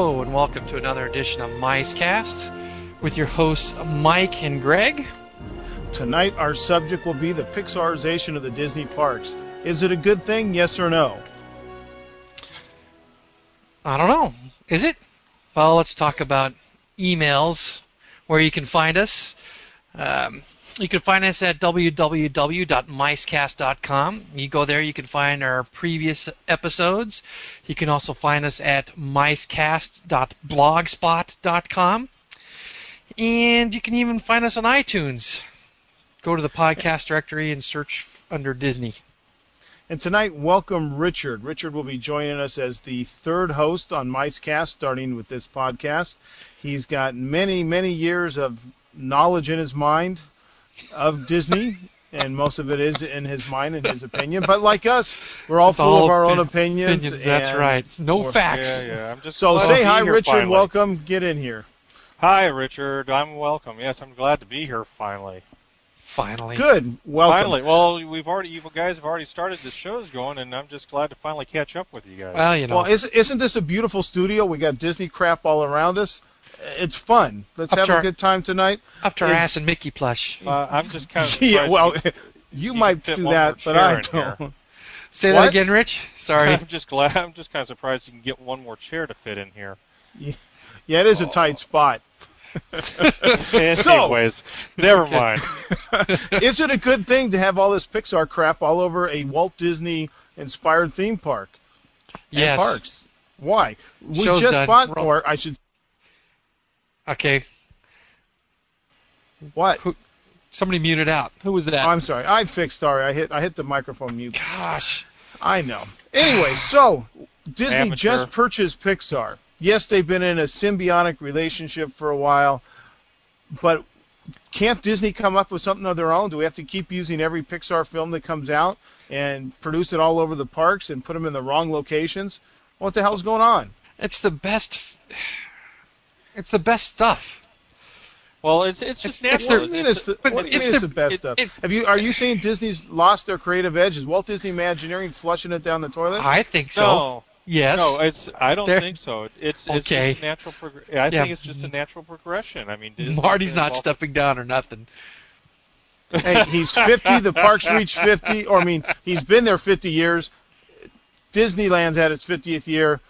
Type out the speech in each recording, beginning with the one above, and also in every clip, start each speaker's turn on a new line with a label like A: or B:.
A: welcome to another edition of MiceCast with your hosts Mike and Greg.
B: Tonight, our subject will be the Pixarization of the Disney parks. Is it a good thing, yes or no?
A: I don't know, is it? Well, let's talk about emails, where you can find us. Um, you can find us at www.micecast.com. You go there, you can find our previous episodes. You can also find us at micecast.blogspot.com. And you can even find us on iTunes. Go to the podcast directory and search under Disney.
B: And tonight, welcome Richard. Richard will be joining us as the third host on MiceCast, starting with this podcast. He's got many, many years of knowledge in his mind of Disney, and most of it is in his mind and his opinion. But like us, we're all
A: It's
B: full
A: all
B: of our own
A: opi-
B: opinions.
A: that's
B: and-
A: right. No
B: or-
A: facts.
C: Yeah, yeah. I'm just
B: So
C: glad to
B: say
C: be
B: hi,
C: here
B: Richard.
C: finally.
B: Welcome. Get in here.
C: Hi, Richard. I'm welcome. Yes, I'm glad to be here finally.
A: Finally.
B: Good. Welcome.
C: Finally. Well, we've already, you guys have already started the shows going, and I'm just glad to finally catch up with you guys.
A: Well, you know.
B: Well, is, isn't this a beautiful studio? We got Disney crap all around us. It's fun. Let's
A: Up
B: have
A: to our-
B: a good time tonight.
A: Up to our
B: Is-
A: ass in Mickey plush.
C: uh, I'm just kind of.
B: Yeah,
C: surprised
B: well,
C: you-
B: you, might
C: fit
B: do
C: one
B: that,
C: more
B: but I
C: chair in here.
B: don't.
A: Say
B: What?
A: that again, Rich. Sorry.
C: I'm just glad. I'm just kind of surprised you can get one more chair to fit in here.
B: Yeah, it is a tight spot.
C: Anyways, never mind.
B: is it a good thing to have all this Pixar crap all over a Walt Disney inspired theme park? and
A: yes.
B: parks. Why? We
A: Show's
B: just
A: done.
B: bought,
A: We're all-
B: or I should,
A: Okay.
B: what?
A: Who- Somebody muted out. Who was that?
B: I'm sorry. I fixed. Sorry, I hit. I hit the microphone mute.
A: Gosh.
B: I know. Anyway, so Disney
C: Amateur.
B: just purchased Pixar. Yes, they've been in a symbiotic relationship for a while, but can't Disney come up with something of their own? Do we have to keep using every Pixar film that comes out and produce it all over the parks and put them in the wrong locations? What the hell's going on?
A: It's the best. It's the best stuff.
C: Well, it's it's just
A: It's- it's
B: What do
C: natural.
B: you mean it's the,
A: but
B: what do you
A: it's
B: mean it's
A: the-
B: the best
A: it-
B: stuff?
A: it-
B: Have you are you saying Disney's lost their creative edge? Is Walt Disney Imagineering flushing it down the toilet?
A: I think so.
C: No.
A: yes.
C: No, it's. I don't
A: There-
C: think so. It's it's
A: Okay.
C: just natural. Prog- I
A: Yeah.
C: think it's just a natural progression. I mean, Disney's
A: Marty's
C: been
A: not
C: involved-
A: stepping down or nothing.
B: hey, he's 50. The park's reached 50, or I mean, he's been there 50 years. Disneyland's had its 50th year.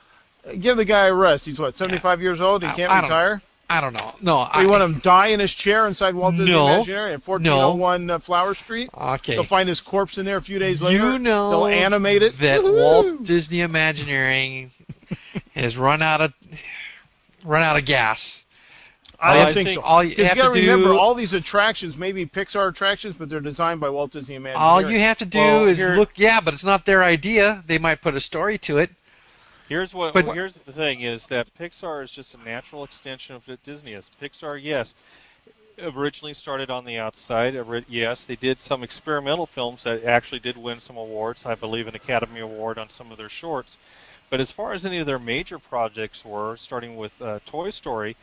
B: Give the guy a rest. He's what 75 years old. He
A: I-
B: can't
A: I don't-
B: retire.
A: I don't know. No. I,
B: We want him to die in his chair inside Walt Disney
A: No.
B: Imagineering at 1401 uh, Flower Street.
A: Okay.
B: They'll find his corpse in there a few days later.
A: you know
B: they'll animate it.
A: that
B: Woohoo!
A: Walt Disney Imagineering has run out of run out of gas.
B: I
C: Well,
B: don't
C: I
B: think,
C: think
B: so.
A: all you
B: 'Cause
A: have
B: gotta
A: to do-
B: remember, all these attractions may be Pixar attractions, but they're designed by Walt Disney Imagineering.
A: All you have to do
C: Well,
A: is
C: here-
A: look. Yeah, but it's not their idea. They might put a story to it.
C: Here's what.
A: But-
C: well, here's the thing: is that Pixar is just a natural extension of what Disney is. Pixar, yes, originally started on the outside. Ori- Yes, they did some experimental films that actually did win some awards. I believe an Academy Award on some of their shorts. But as far as any of their major projects were, starting with uh, Toy Story,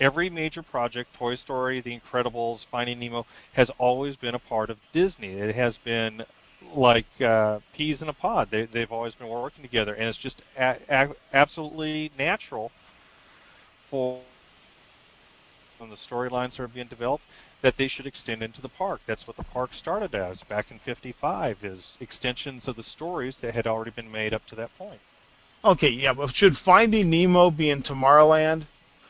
C: every major project, Toy Story, The Incredibles, Finding Nemo, has always been a part of Disney. It has been like uh, peas in a pod. They, they've always been working together, and it's just a- a- absolutely natural for when the storylines are being developed that they should extend into the park. That's what the park started as back in '55 is extensions of the stories that had already been made up to that point.
B: Okay, yeah, but should Finding Nemo be in Tomorrowland?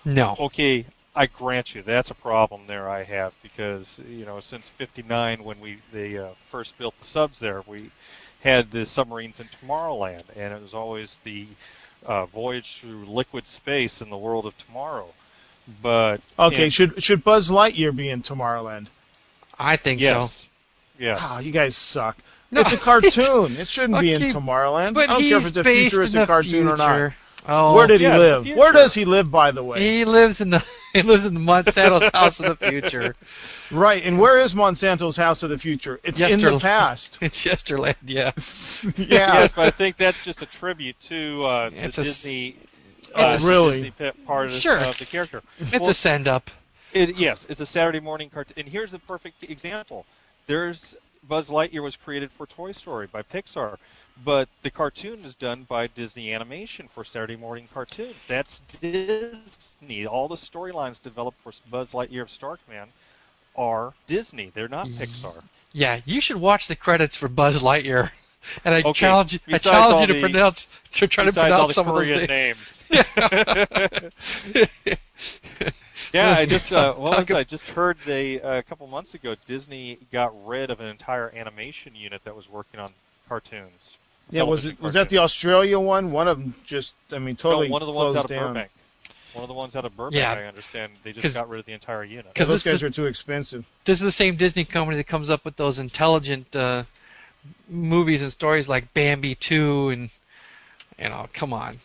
B: Oh,
A: No.
C: okay, I grant you that's a problem there I have because you know since '59 when we they uh, first built the subs there we had the submarines in Tomorrowland and it was always the uh, voyage through liquid space in the world of tomorrow. But
B: Okay,
C: in-
B: should should Buzz Lightyear be in Tomorrowland?
A: I think so.
C: yes, yes.
B: Oh, you guys suck. It's a cartoon. It shouldn't be in
A: Okay,
B: Tomorrowland.
A: But
B: I don't
A: he's
B: care if it's a
A: based in
B: futuristic
A: the
B: cartoon or not.
A: future. Oh,
B: Where did
C: yeah,
B: he
C: the
B: live?
C: future.
B: Where does he live, by the way?
A: he lives in the he lives in the Monsanto's house of the future.
B: Right, and where is Monsanto's House of the Future? It's in the
A: Yesterland.
B: past.
A: It's Yesterland, yes.
B: yeah.
C: yes, but I think that's just a tribute to uh, the
A: It's a s-
C: Disney,
B: it's a-
C: uh,
B: Really?
C: Disney pe- part of, the-
A: Sure.
C: of the character.
A: It's a send up.
C: It, yes, it's a Saturday morning cartoon, and here's the perfect example. There's Buzz Lightyear was created for Toy Story by Pixar, But the cartoon is done by Disney Animation for Saturday morning cartoons. That's Disney. All the storylines developed for Buzz Lightyear of Starkman are Disney. They're not Pixar.
A: Yeah, you should watch the credits for Buzz Lightyear. And I
C: Okay,
A: challenge you. I
C: besides
A: challenge
C: all
A: you to
C: the-
A: pronounce to try to
C: Besides all
A: pronounce
C: the
A: some of those
C: Korean
A: names.
C: names. yeah, I just uh, what was
A: Talk-
C: it? I just heard they uh, a couple months ago Disney got rid of an entire animation unit that was working on cartoons.
B: Yeah, was
C: television
B: it was that the
C: cartoons.
B: Australia one? One of them just, I mean,
C: No,
B: totally
C: one of the ones
B: closed
C: out of
B: down.
C: Burbank? One of the ones out of Burbank,
A: Yeah.
C: I understand. They
A: 'Cause-
C: just got rid of the entire unit.
A: 'Cause
B: Those
A: this-
B: guys are too expensive.
A: This is the same Disney company that comes up with those intelligent uh, movies and stories like Bambi 2 and you know, come on.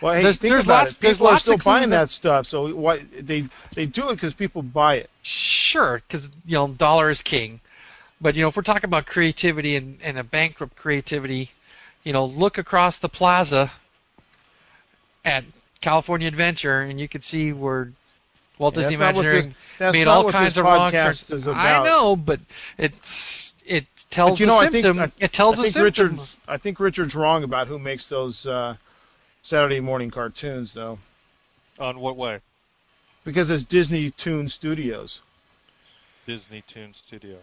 B: Well, hey,
A: There's-
B: think
A: there's
B: about
A: lots-
B: it.
A: there's
B: People are
A: lots
B: still
A: of clues
B: buying
A: that-
B: that stuff, so why they they do it because people buy it.
A: Sure, because you know, dollar is king. But you know, if we're talking about creativity and, and a bankrupt creativity, you know, look across the plaza at California Adventure, and you can see where Walt
B: Yeah,
A: Disney
B: that's not what this-
A: Imagineering
B: that's
A: made
B: not
A: all
B: what
A: kinds
B: this
A: of wrong
B: podcast
A: turns.
B: is
A: I
B: about.
A: know, but it's it tells
B: But you
A: the
B: know, I think
A: symptom.
B: I,
A: it tells the
B: I think
A: symptom.
B: Richard's I think Richard's wrong about who makes those uh, Saturday morning cartoons, though,
C: On what way?
B: because it's Disney Toon Studios.
C: Disney Toon Studio.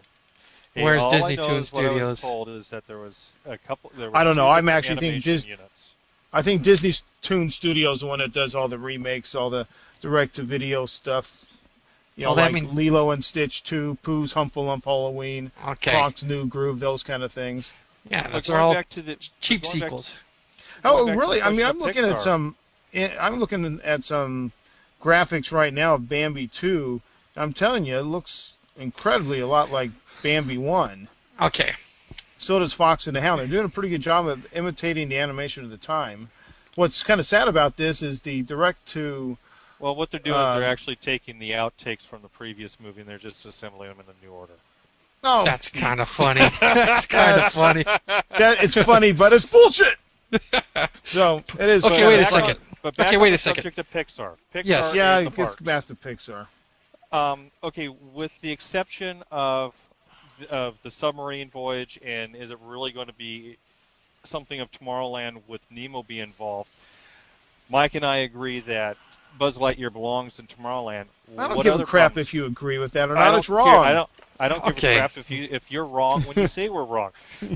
A: Where's
C: all I
A: Disney
C: know
A: Toon
C: is what I was
A: Studios?
C: told is that there was a couple. There
B: I don't
C: were
B: know.
C: two
B: I'm
C: different
B: actually thinking
C: animation
B: Dis-
C: units.
B: I think Disney Toon Studios is the one that does all the remakes, all the direct to video stuff. You know,
A: Well, that
B: like
A: mean-
B: Lilo and Stitch 2, Pooh's Humpful Lump Halloween,
A: Okay.
B: Fox New Groove, those kind of things.
A: yeah,
C: But
A: that's
C: going
A: all
C: back to the,
A: cheap
C: going back-
A: sequels.
B: Oh,
C: Going back to
B: really?
C: the
B: I mean,
C: question
B: I'm
C: of
B: looking at
C: Pixar.
B: some. eh, I'm looking at some graphics right now of Bambi 2. I'm telling you, it looks incredibly a lot like Bambi 1.
A: Okay.
B: So does Fox and the Hound. They're doing a pretty good job of imitating the animation of the time. What's kind of sad about this is the direct to
C: Well, what they're doing
B: Uh,
C: is they're actually taking the outtakes from the previous movie and they're just assembling them in a new order.
B: oh
A: That's kind of funny. That's kind of
B: That's-
A: funny.
B: that it's funny, but it's bullshit. So it is.
A: Okay,
B: kinda
A: wait a
C: back
B: funny.
A: second.
C: On, but back
A: Okay,
C: on
A: wait
C: the
A: a second.
C: Subject of Pixar. Pixar
A: Yes.
B: Yeah,
C: is the
B: it gets
C: park.
B: back to Pixar.
C: Um, okay, with the exception of of the submarine voyage, and is it really going to be something of Tomorrowland with Nemo be involved? Mike and I agree that Buzz Lightyear belongs in Tomorrowland.
B: I don't
C: What
B: give a
C: other
B: crap
C: problems?
B: if you agree with that or
C: I
B: not.
C: don't
B: It's
C: care.
B: wrong.
C: I don't. I don't give
A: Okay.
C: a crap if you if you're wrong when you say we're wrong.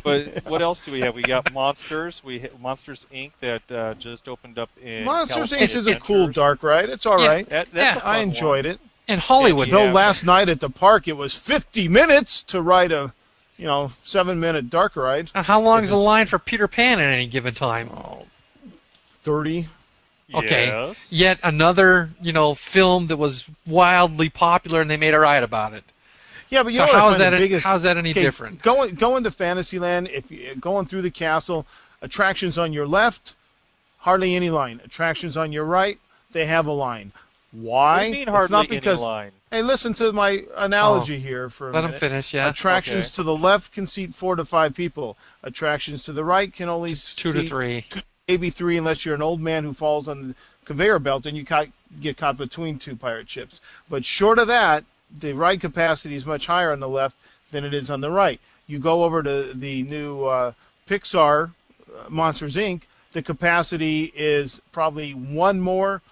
C: But what else do we have? We got Monsters. We ha- Monsters Inc. that uh, just opened up in
B: Monsters
C: California
B: Inc. is a
C: Adventures.
B: cool dark ride. It's all
A: Yeah.
B: right.
C: That- that's
A: Yeah.
C: a fun
B: I enjoyed it.
A: In Hollywood,
C: Yeah.
B: Though last night at the park, it was 50 minutes to ride a, you know, seven-minute dark ride.
A: uh, how long is the line for Peter Pan at any given time?
B: Oh, 30.
C: one.
A: Okay.
C: Yes.
A: Yet another, you know, film that was wildly popular, and they made a riot about it.
B: Yeah, but you
A: So
B: know what I
A: how is
B: find
A: that
B: the
A: any-
B: biggest,
A: how is that any different?
B: Going going to Fantasyland, if you, going through the castle, attractions on your left, hardly any line. Attractions on your right, they have a line. Why?
C: What do you mean
B: it's not
C: hardly
B: because.
C: any line?
B: Hey, listen to my analogy here for a
A: Oh. Let them
B: minute.
A: finish. Yeah.
B: Attractions
C: Okay.
B: to the left can seat four to five people. Attractions to the right can only
A: Two to
B: seat
A: three.
B: maybe three unless you're an old man who falls on the conveyor belt and you ca- get caught between two pirate ships. But short of that, the ride capacity is much higher on the left than it is on the right. You go over to the new uh, Pixar uh, Monsters Inc. The capacity is probably one more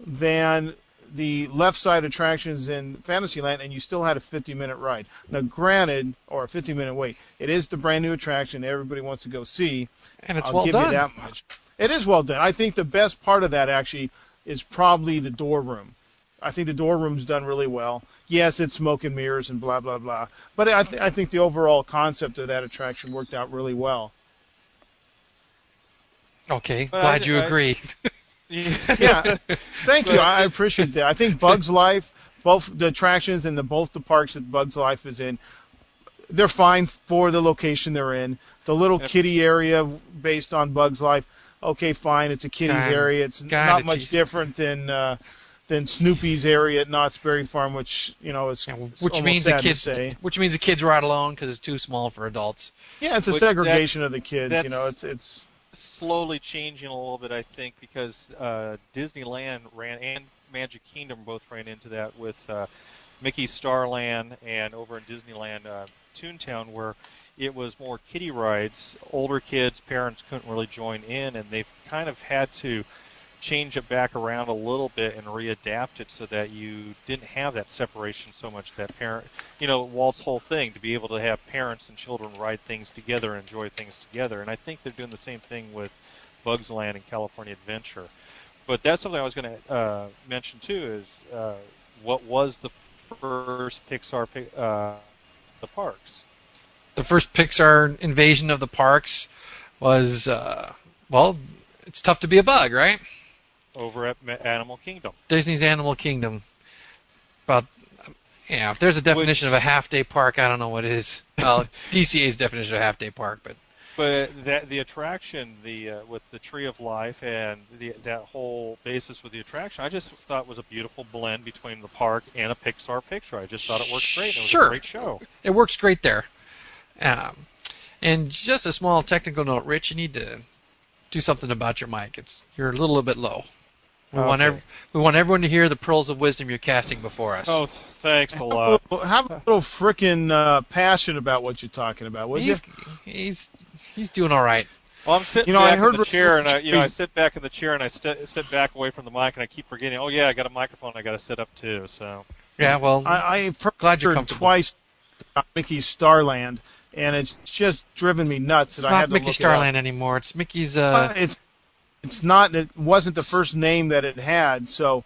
B: than the left side attractions in Fantasyland, and you still had a 50 minute ride. Now, granted, or a 50 minute wait, it is the brand new attraction everybody wants to go see.
A: And it's
B: I'll
A: well
B: give
A: done.
B: you that much. It is well done. I think the best part of that actually is probably the door room. I think the door room's done really well. Yes, it's smoke and mirrors and blah blah blah, but I, th- I think the overall concept of that attraction worked out really well.
A: Okay.
C: But
A: Glad
C: I-
A: you
C: I-
A: agree.
B: Yeah, thank you. I I appreciate that. I think Bugs Life, both the attractions and the both the parks that Bugs Life is in, they're fine for the location they're in. The little kiddie area based on Bugs Life, okay, fine. It's a kiddies
A: Kinda-
B: area. It's
A: kinda
B: not much
A: cheesy.
B: different than uh, than Snoopy's area at Knott's Berry Farm, which you know is it's
A: which
B: almost
A: means the
B: sad to
A: kids.
B: say.
A: Which means the kids ride alone because it's too small for adults.
B: Yeah, it's a
C: Which-
B: segregation of the kids. You
C: that's-
B: know, it's it's
C: slowly changing a little bit, I think, because uh, Disneyland ran and Magic Kingdom both ran into that with uh, Mickey Starland and over in Disneyland uh, Toontown, where it was more kiddie rides. Older kids, parents couldn't really join in, and they've kind of had to change it back around a little bit and readapt it so that you didn't have that separation so much that parent you know walt's whole thing to be able to have parents and children ride things together and enjoy things together and i think they're doing the same thing with bugs land and california adventure but that's something i was going to uh, mention too is uh, what was the first pixar pi- uh, the parks
A: The first Pixar invasion of the parks was uh, well, it's tough to be a bug, right?
C: over at Ma- animal kingdom
A: Disney's Animal Kingdom. About yeah, if there's a definition of a half day park, I don't know what it is. Well, DCA's definition of a half day park, but
C: But that the attraction, the uh, with the Tree of Life and the, that whole basis with the attraction, I just thought was a beautiful blend between the park and a Pixar picture. I just thought it worked great. And it was
A: Sure.
C: a great show.
A: it works great there. Um, and just a small technical note, Rich, you need to do something about your mic. It's you're a little bit low. We want
C: Okay.
A: ev- we want everyone to hear the pearls of wisdom you're casting before us.
C: Oh, thanks a lot.
B: Well, Have Oh, a little frickin' uh, passion about what you're talking about, would you?
A: he's, he's he's doing all right.
C: Well, I'm sitting
B: You know, I
C: back
B: heard
C: in the chair, and I, you know, I
B: Richard-
C: sit back in the chair and I st- sit back away from the mic, and I keep forgetting. Oh yeah, I got a microphone. I got to set up too. So
A: Yeah, well,
B: I, I've heard
A: Glad you're
B: heard
A: comfortable.
B: twice about Mickey's Starland, and it's just driven me nuts
A: it's
B: that I had
A: not
B: to
A: Mickey
B: look
A: Starland anymore. It's Mickey's.
B: It up.
A: Uh,
B: Uh, it's it's not. It wasn't the first name that it had, so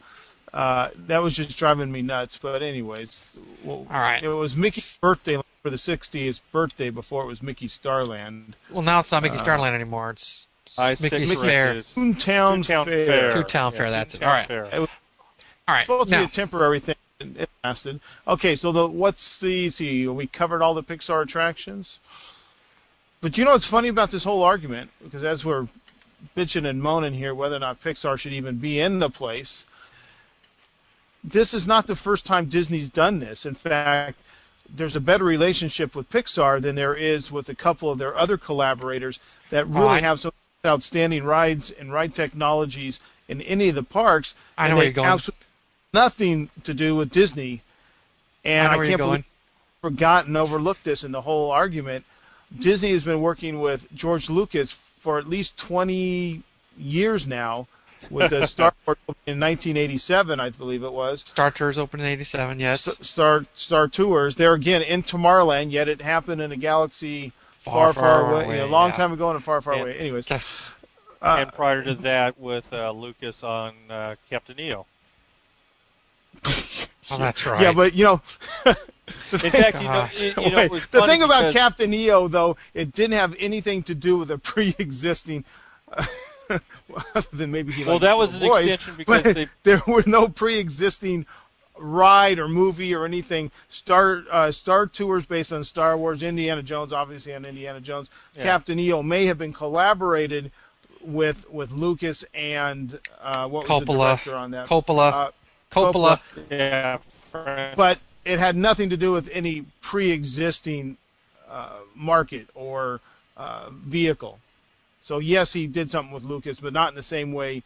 B: uh, that was just driving me nuts. But anyways, well,
A: All right.
B: It was Mickey's birthday for the 60th birthday before it was Mickey Starland.
A: well, now it's not
B: Uh.
A: Mickey Starland anymore. It's
C: I
A: Mickey's
C: sit corrected
A: Fair.
C: as
B: Toontown,
C: Toontown
B: Fair.
C: Fair.
A: Toontown
C: Yeah,
A: Fair, that's it.
C: Toontown
A: All right.
C: Fair.
B: It was
A: all right.
B: supposed to
A: Now,
B: be a temporary thing. and It lasted. Okay, so the what's the see? We covered all the Pixar attractions. But you know what's funny about this whole argument? Because as we're bitching and moaning here, whether or not Pixar should even be in the place, this is not the first time Disney's done this. In fact, there's a better relationship with Pixar than there is with a couple of their other collaborators that really
A: I-
B: have some outstanding rides and ride technologies in any of the parks.
A: I know
B: and
A: where
B: they
A: you're going.
B: absolutely nothing to do with Disney. And
A: I know
B: I,
A: where you're
B: can't
A: going.
B: believe forgotten, overlooked this in the whole argument. Disney has been working with George Lucas for at least 20 years now with the Star Wars in 1987, I believe it was.
A: Star Tours opened in '87. Yes,
B: S- Star Star Tours. There again in Tomorrowland, yet it happened in a galaxy
A: Far,
B: far, far,
A: far
B: away,
A: away,
B: a long
A: yeah.
B: time ago and a far, far
C: Yeah.
B: away. Anyways,
C: and prior to that, with uh, Lucas on uh, Captain EO.
A: oh, that's right.
B: yeah, but you know,
C: In fact, you know,
A: Gosh.
C: you, you know it
B: wait,
C: was
B: the
C: funny
B: thing about
C: because-
B: Captain EO though, it didn't have anything to do with a pre-existing. other than maybe he
C: Well,
B: liked
C: that was
B: the
C: an
B: boys,
C: extension because
B: but
C: they-
B: there were no pre-existing ride or movie or anything. Star uh, Star Tours based on Star Wars, Indiana Jones obviously on Indiana Jones.
C: Yeah.
B: Captain EO may have been collaborated with with Lucas and uh, what was the
A: Coppola.
B: director on that?
A: Coppola.
B: Uh,
A: Coppola.
C: Yeah, Frank-
B: but it had nothing to do with any pre-existing uh, market or uh, vehicle. So yes, he did something with Lucas, but not in the same way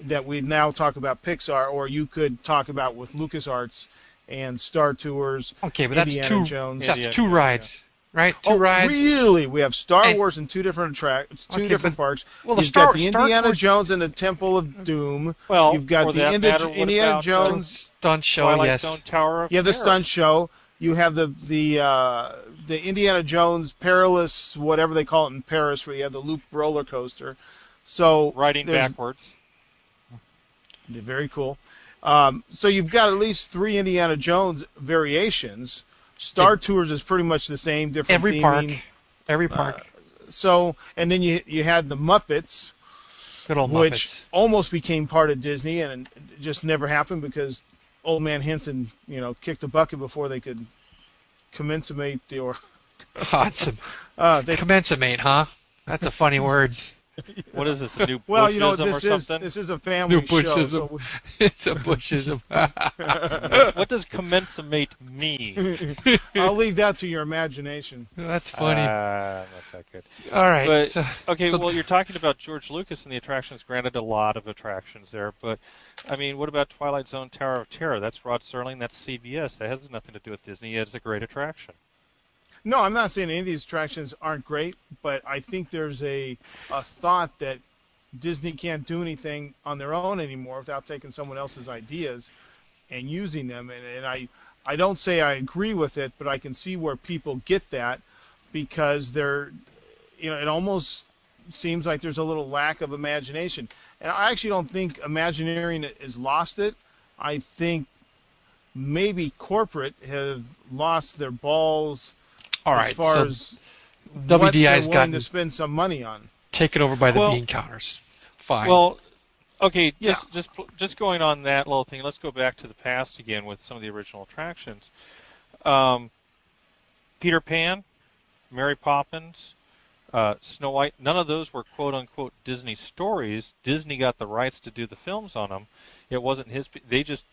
B: that we now talk about Pixar, or you could talk about with LucasArts and Star Tours.
A: Okay, but that's
B: Indiana
A: two.
B: Jones.
A: That's
C: Indiana
A: two
C: Jones,
A: rides, right? Two
B: Oh,
A: rides.
B: really? We have Star
A: And-
B: Wars in two different tracks, two
A: Okay,
B: different
A: but-
B: parks.
A: well, the
B: You've
A: Star-
B: got the
A: Star
B: Indiana
A: Wars-
B: Jones and the Temple of Doom.
C: Well,
B: You've got
C: for
B: the
C: that
B: Indi-
C: matter, what
B: Indiana
C: about, uh,
B: Jones Oh,
A: Stunt show.
C: Twilight
A: Oh, yes.
C: Zone Tower. Of
B: You have the
C: Terror.
B: stunt show. You have the the uh, the Indiana Jones perilous whatever they call it in Paris, where you have the loop roller coaster. So
C: riding
B: there's-
C: backwards.
B: Very cool. Um, so you've got at least three Indiana Jones variations. Star Tours is pretty much the same, different
A: Every park.
B: theming.
A: Every
B: uh,
A: park.
B: So and then you you had the Muppets.
A: Good old Muppets.
B: which almost became part of Disney and it just never happened because old man Henson, you know, kicked a bucket before they could commencate the or
A: Awesome.
B: uh, they
A: Commencement, huh? That's a funny word.
C: What is this? A new
B: well, you know,
C: Bushism
B: this
C: or
B: is
C: something?
B: this is a family
A: New
B: show.
A: Bushism.
B: So we-
A: It's a bushism.
C: what does commencement mean?
B: I'll leave that to your imagination.
A: That's funny.
B: Uh,
C: Ah, that's not good.
A: All right.
C: But,
A: so,
C: okay,
A: so-
C: well, you're talking about George Lucas and the attractions. Granted, a lot of attractions there, but I mean, what about Twilight Zone Tower of Terror? That's Rod Serling. That's CBS. That has nothing to do with Disney. It's a great attraction.
B: No, I'm not saying any of these attractions aren't great, but I think there's a a thought that Disney can't do anything on their own anymore without taking someone else's ideas and using them. And, and I I don't say I agree with it, but I can see where people get that because they're you know it almost seems like there's a little lack of imagination. And I actually don't think Imagineering has lost it. I think maybe corporate have lost their balls
A: All
B: as
A: right,
B: far
A: so
B: as what they're
A: WDI's
B: willing
A: gotten
B: to spend some money on.
A: taken over by the
C: Well-
A: bean counters. Fine.
C: Well, okay,
B: Yeah.
C: just just pl- just going on that little thing. Let's go back to the past again with some of the original attractions. Um, Peter Pan, Mary Poppins, uh, Snow White. None of those were quote unquote Disney stories. Disney got the rights to do the films on them. It wasn't his. p- They just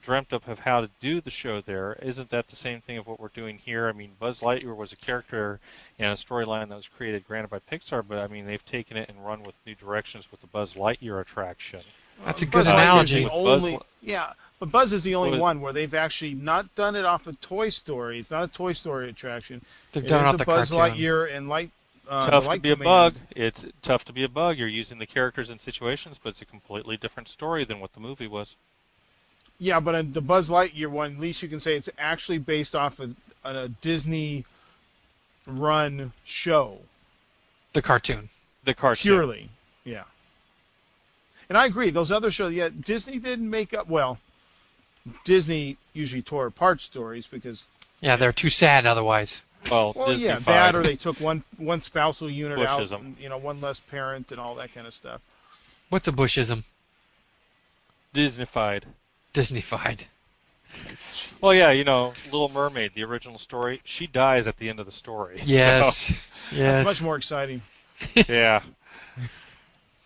C: dreamt up of how to do the show there. Isn't that the same thing of what we're doing here? I mean, Buzz Lightyear was a character and a storyline that was created, granted by Pixar, but I mean, they've taken it and run with new directions with the Buzz Lightyear attraction.
A: that's a
B: Buzz
A: good
B: Lightyear's
A: analogy.
B: the
C: Buzz-
B: only- yeah, but Buzz is the only
C: Buzz-
B: one where they've actually not done it off of Toy Story. It's not a Toy Story attraction.
A: They've
B: It
A: done it
B: is
A: off
B: a
A: the
B: Buzz
A: cartoon.
B: Lightyear and Light. Uh,
C: tough
B: the
C: to
B: Light
C: be a
B: Command.
C: bug. It's tough to be a bug. You're using the characters and situations, but it's a completely different story than what the movie was.
B: Yeah, but in the Buzz Lightyear one, at least you can say it's actually based off of a Disney run show
A: The cartoon.
C: The cartoon.
B: purely. Yeah. And I agree. Those other shows, yeah, Disney didn't make up. Well, Disney usually tore apart stories because
A: Yeah, they're too sad otherwise.
C: Well,
B: Well,
C: Disney
B: yeah, that or
C: fied.
B: they took one one spousal unit out,
C: Bushism.
B: and, you know, one less parent and all that kind of stuff.
A: What's a Bushism?
C: Disneyfied.
A: Disneyfied.
C: Well, yeah, you know, Little Mermaid, the original story, she dies at the end of the story. So,
A: Yes. yes.
B: Much more exciting.
C: yeah.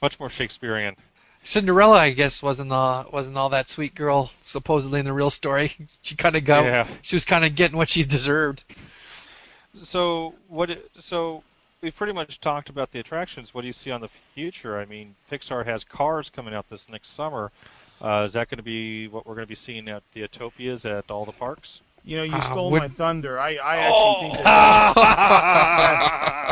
C: Much more Shakespearean.
A: Cinderella, I guess, wasn't uh, wasn't all that sweet girl supposedly in the real story. She kind of got
C: Yeah.
A: she was kind of getting what she deserved.
C: So what? i- So we've pretty much talked about the attractions. What do you see on the future? I mean, Pixar has Cars coming out this next summer. Uh, is that going to be what we're going to be seeing at the Utopias at all the parks?
B: You know, you
C: Ah,
A: Uh,
B: stole
A: would-
B: my thunder. I, I actually think that,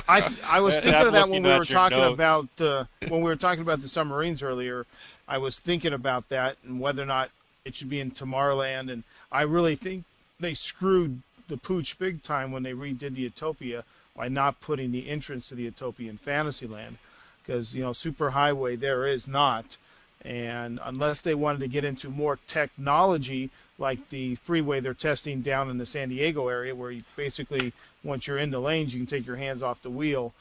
B: I th- I was
C: Oh! That-
B: thinking
C: that
B: of that when
C: looking
B: we
C: at
B: were
C: your
B: talking
C: notes.
B: about uh, when we were talking about the submarines earlier. I was thinking about that and whether or not it should be in Tomorrowland. And I really think they screwed the pooch big time when they redid the Utopia by not putting the entrance to the Utopia in Fantasyland, because you know Superhighway there is not. And unless they wanted to get into more technology, like the freeway they're testing down in the San Diego area, where you basically, once you're in the lanes, you can take your hands off the wheel,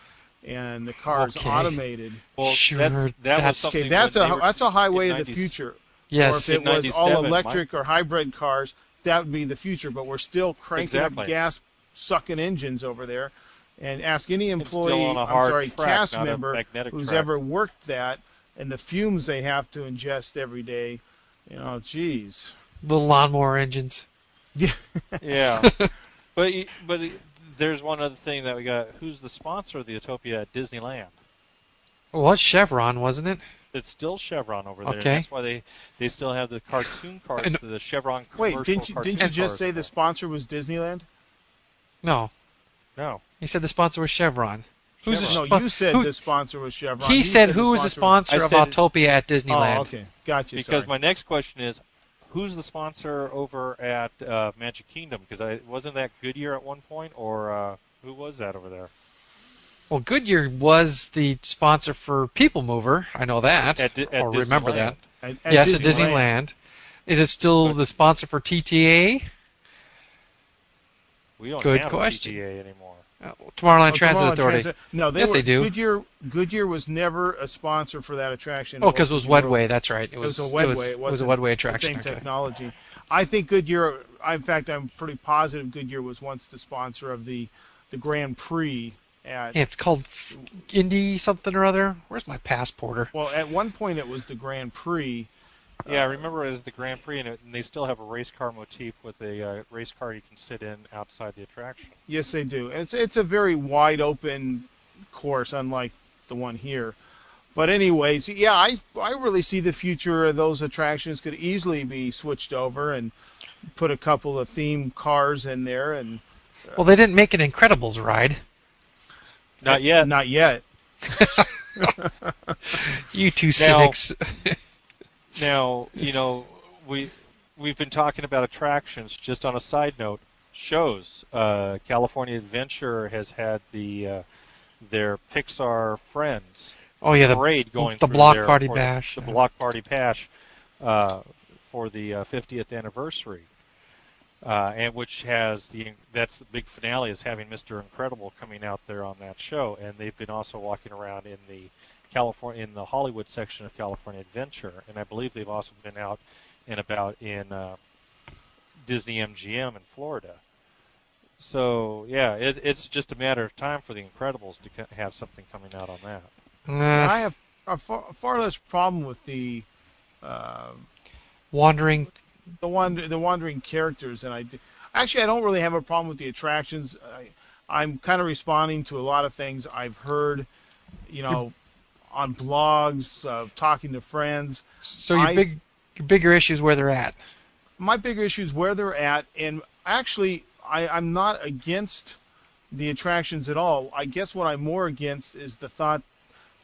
B: and the car is
A: Okay.
B: automated.
C: Well,
A: Sure,
C: that's, that
A: that's-
C: was something.
B: Okay, that's
C: when they
B: a
C: were-
B: that's a highway of the
C: 90s.
B: future.
A: yes.
B: Or if it was all
C: 97,
B: electric or hybrid cars, that would be the future. But we're still cranking
C: Exactly.
B: up gas sucking engines over there. And ask any
C: still
B: employee,
C: on a
B: I'm
C: hard
B: sorry,
C: track,
B: cast
C: not a
B: member
C: magnetic
B: who's
C: track.
B: ever worked that and the fumes they have to ingest every day. You know, geez.
A: Little lawnmower engines.
C: yeah, but y- but y- there's one other thing that we got. Who's the sponsor of the Utopia at Disneyland?
A: Well, it's Chevron, wasn't it?
C: It's still Chevron over there.
A: Okay.
C: That's why they, they still have the cartoon cars,
A: And-
C: the Chevron.
B: Wait,
C: commercial
B: didn't you didn't you
C: cartoon
B: just
C: cars
B: say
C: over
B: the
C: there.
B: sponsor was Disneyland?
A: No,
C: No.
A: he said the sponsor was Chevron. Who's the
B: no,
A: spon-
B: you said
A: who-
B: the sponsor was Chevron.
A: He said who was the sponsor
C: I
A: of
C: said-
A: Autopia at Disneyland?
B: Oh, okay, gotcha.
C: Because
B: sorry.
C: my next question is, who's the sponsor over at uh, Magic Kingdom? Because I wasn't that Goodyear at one point, or uh, who was that over there
A: Well, Goodyear was the sponsor for People Mover. I know that.
C: at, Di- at
A: or remember that.
C: Disneyland?
B: At-
A: yes, at Disneyland. Is it still the sponsor for TTA?
C: We don't
A: Good
C: have
A: question.
C: a PTA anymore.
A: Uh, Tomorrowland
B: Oh,
A: Transit
B: Tomorrowland
A: Authority.
B: Transit- No, they
A: Yes,
B: were,
A: they do.
B: Goodyear, Goodyear was never a sponsor for that attraction.
A: Oh, because it was
B: Walt Disney World.
A: Wedway. That's right. It
B: It
A: was,
B: was, a Wedway.
A: It was, it was a
B: wasn't
A: Wedway
B: the
A: attraction.
B: Same
A: okay.
B: technology. I think Goodyear. I- In fact, I'm pretty positive Goodyear was once the sponsor of the the Grand Prix at.
A: Yeah, it's called f- Indy something or other. Where's my passporter?
B: Well, at one point it was the Grand Prix.
C: Yeah, I remember it was the Grand Prix, and, it, and they still have a race car motif with a uh, race car you can sit in outside the attraction.
B: Yes, they do, and it's it's a very wide open course, unlike the one here. But anyways, yeah, I I really see the future of those attractions could easily be switched over and put a couple of theme cars in there and
A: Well, they didn't make an Incredibles ride.
C: Not yet.
B: Not yet.
A: You two cynics.
C: Now, you know, we we've been talking about attractions. Just on a side note, shows. Uh, California Adventure has had the uh, their Pixar friends
A: oh yeah, the,
C: parade going
A: the
C: through
A: block
C: there
A: party
C: for
A: bash.
C: The block party bash uh, for the uh, 50th anniversary, uh, and which has the that's the big finale is having Mr. Incredible coming out there on that show, and they've been also walking around in the California in the Hollywood section of California Adventure, and I believe they've also been out and about in uh, Disney MGM in Florida. So yeah, it, it's just a matter of time for the Incredibles to co- have something coming out on that.
A: Uh,
B: I have a far, far less problem with the uh,
A: wandering.
B: the wander, the wandering characters than I do. Actually, I don't really have a problem with the attractions. I, I'm kind of responding to a lot of things I've heard, you know, on blogs, uh, talking to friends.
A: So your
B: I-
A: big, your bigger issues where they're at.
B: my bigger issue is where they're at, and actually, I, I'm not against the attractions at all. I guess what I'm more against is the thought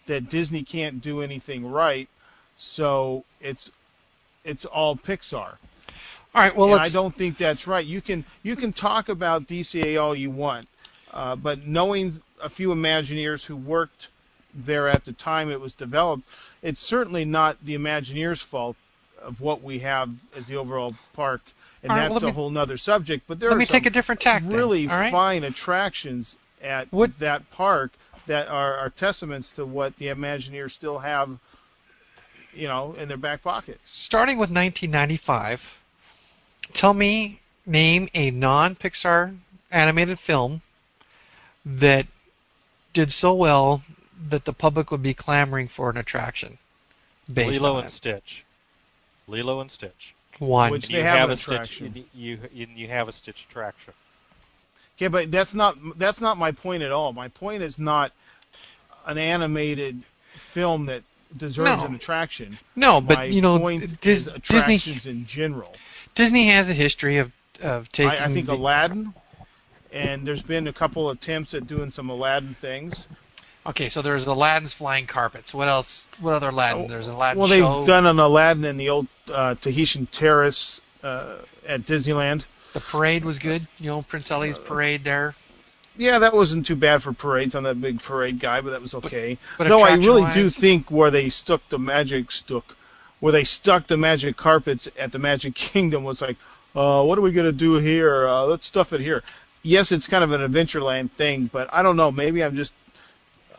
B: that Disney can't do anything right, so it's it's all Pixar.
A: All right. Well,
B: and I
A: let's.
B: don't think that's right. You can you can talk about DCA all you want, uh, but knowing a few Imagineers who worked there at the time it was developed, it's certainly not the Imagineers' fault of what we have as the overall park, and
A: All right,
B: that's
A: well, let
B: a
A: me-
B: whole nother subject. But there
A: let
B: are
A: me
B: some
A: take a different tack. then,
B: really
A: all right?
B: fine attractions at
A: Would-
B: that park that are, are testaments to what the Imagineers still have, you know, in their back pocket.
A: Starting with 1995, tell me, name a non-Pixar animated film that did so well that the public would be clamoring for an attraction. Based
C: Lilo
A: on
C: and
A: it.
C: Stitch. Lilo and Stitch.
A: One.
B: Which-
C: And
B: They
C: you
B: have
C: have,
B: an
C: a Stitch.
B: attraction.
C: and You, you and you have a Stitch attraction.
B: Okay, but that's not that's not my point at all. My point is not an animated film that deserves
A: No.
B: an attraction.
A: no, but
B: my
A: you know,
B: point
A: Dis-
B: is
A: Disney
B: attractions in general.
A: Disney has a history of of taking.
B: I, I think
A: the-
B: Aladdin, and there's been a couple attempts at doing some Aladdin things.
A: Okay, so there's Aladdin's flying carpets. What else? What other Aladdin? There's an Aladdin
B: Oh, Well, they've
A: show.
B: done an Aladdin in the old uh, Tahitian Terrace uh, at Disneyland.
A: the parade was good. You know, Prince Ali's
B: Uh,
A: parade there.
B: Yeah, that wasn't too bad for parades. I'm that big parade guy, but that was okay.
A: but
B: Though I really do
A: attraction-wise-
B: think where they stuck the magic stuck, where they stuck the magic carpets at the Magic Kingdom was like, uh, what are we gonna do here? Uh, let's stuff it here. Yes, it's kind of an Adventureland thing, but I don't know. Maybe I'm just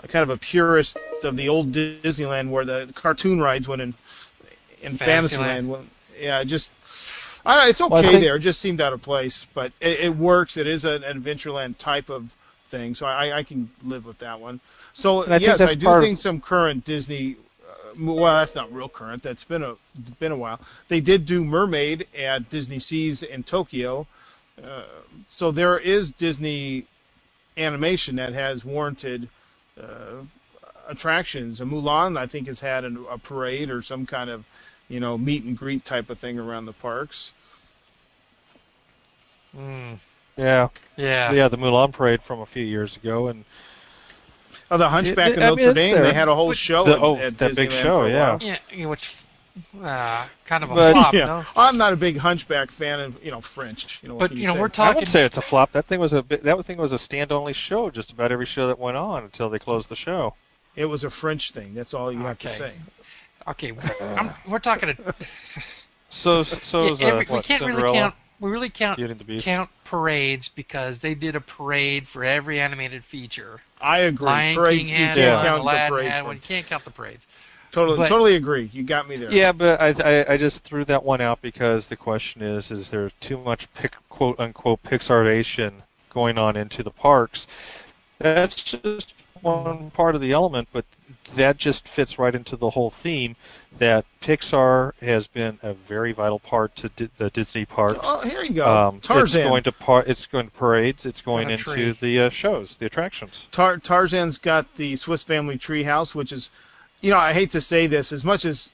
B: kind of a purist of the old Disneyland where the cartoon rides went in in
A: Fantasyland.
B: Fantasyland. went yeah, just I don't, it's okay
A: I think-
B: there. It just seemed out of place, but it, it works. It is an Adventureland type of thing, so I, I can live with that one. So
C: And I think
B: yes,
C: that's
B: I do
C: part of-
B: think some current Disney. uh, Well, that's not real current. That's been a been a while. They did do Mermaid at Disney Seas in Tokyo, uh, so there is Disney animation that has warranted uh, attractions. And Mulan, I think, has had an, a parade or some kind of, you know, meet and greet type of thing around the parks.
C: Yeah.
A: Yeah.
C: Yeah, the Mulan parade from a few years ago, and
B: Oh, the Hunchback of
C: It- I mean,
B: Notre
C: it's
B: Dame,
C: there.
B: they had a whole
A: But-
B: show
C: The-
B: at,
C: oh,
B: at
C: that big
B: Disneyland
C: show,
B: for a
C: yeah.
B: while.
A: Yeah, you know, which uh, kind of a
C: But-
A: flop,
B: Yeah.
A: no?
B: I'm not a big Hunchback fan of, you know, French. You know, what
A: But
B: can
A: you know,
B: say?
A: we're
C: I
A: talking.
C: would say it's a flop. That thing was a bit, that thing was a stand-only show. Just about every show that went on until they closed the show.
B: It was a French thing. That's all you have to
A: Okay.
B: say.
A: okay, I'm, we're talking. A,
C: So so
A: yeah,
C: is, uh,
A: every, we
C: what,
A: can't
C: Cinderella,
A: really count. We really count
C: Beauty and the Beast.
A: count parades because they did a parade for every animated feature.
B: I agree.
A: Lion
B: Parades,
A: King
B: you
A: had
B: can't
A: one,
B: count the
A: Aladdin
B: parade.
A: had
B: for-
A: one. You can't count the parades.
B: Totally,
A: but-
B: totally agree. You got me there.
C: Yeah, but I, I I just threw that one out because the question is is there too much pic, quote unquote pixarization going on into the parks? That's just one part of the element, but that just fits right into the whole theme that Pixar has been a very vital part to di- the Disney parks.
B: Oh, here you go.
C: Um,
B: Tarzan.
C: It's going to par- It's going to parades. It's going
A: On a
C: into
A: tree.
C: the uh, shows, the attractions.
B: Tar- Tarzan's got the Swiss Family Treehouse, which is, you know, I hate to say this, as much as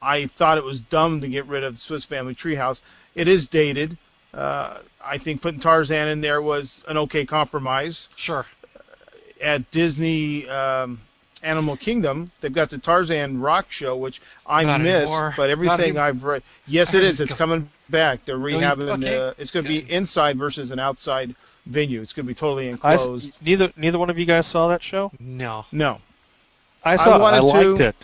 B: I thought it was dumb to get rid of the Swiss Family Treehouse, it is dated. Uh, I think putting Tarzan in there was an okay compromise.
A: Sure.
B: At Disney um, Animal Kingdom, they've got the Tarzan Rock Show, which I
A: Not
B: missed,
A: anymore.
B: but everything
A: Not
B: I've read, yes, it is. It's coming back. They're
A: you-
B: rehabbing.
A: okay.
B: Uh, it's going to be
A: Good.
B: inside versus an outside venue. It's going to be totally
C: I s-
B: enclosed.
C: neither neither one of you guys saw that show.
A: No.
B: no,
C: I saw. it. I,
B: wanted to.
C: liked it.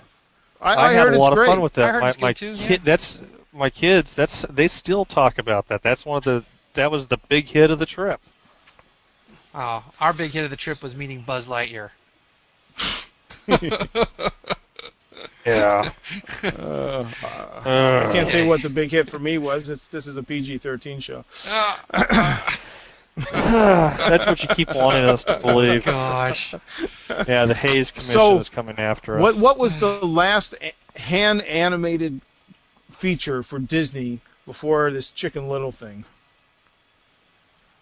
B: I,
C: I,
B: I,
C: had
B: heard
C: a
B: it's
C: lot
B: great.
C: of fun with that.
A: I heard
C: my
A: it's good
C: my
A: too,
C: kid,
A: yeah.
C: that's my kids. That's they still talk about that. That's one of the that was the big hit of the trip.
A: Oh, our big hit of the trip was meeting Buzz Lightyear.
C: Yeah. Uh,
B: I can't say what the big hit for me was. It's this is a PG-13 show.
C: That's what you keep wanting us to believe.
A: Gosh.
C: Yeah, the Hayes Commission
B: So,
C: is coming after us.
B: What what was the last a- hand animated feature for Disney before this Chicken Little thing?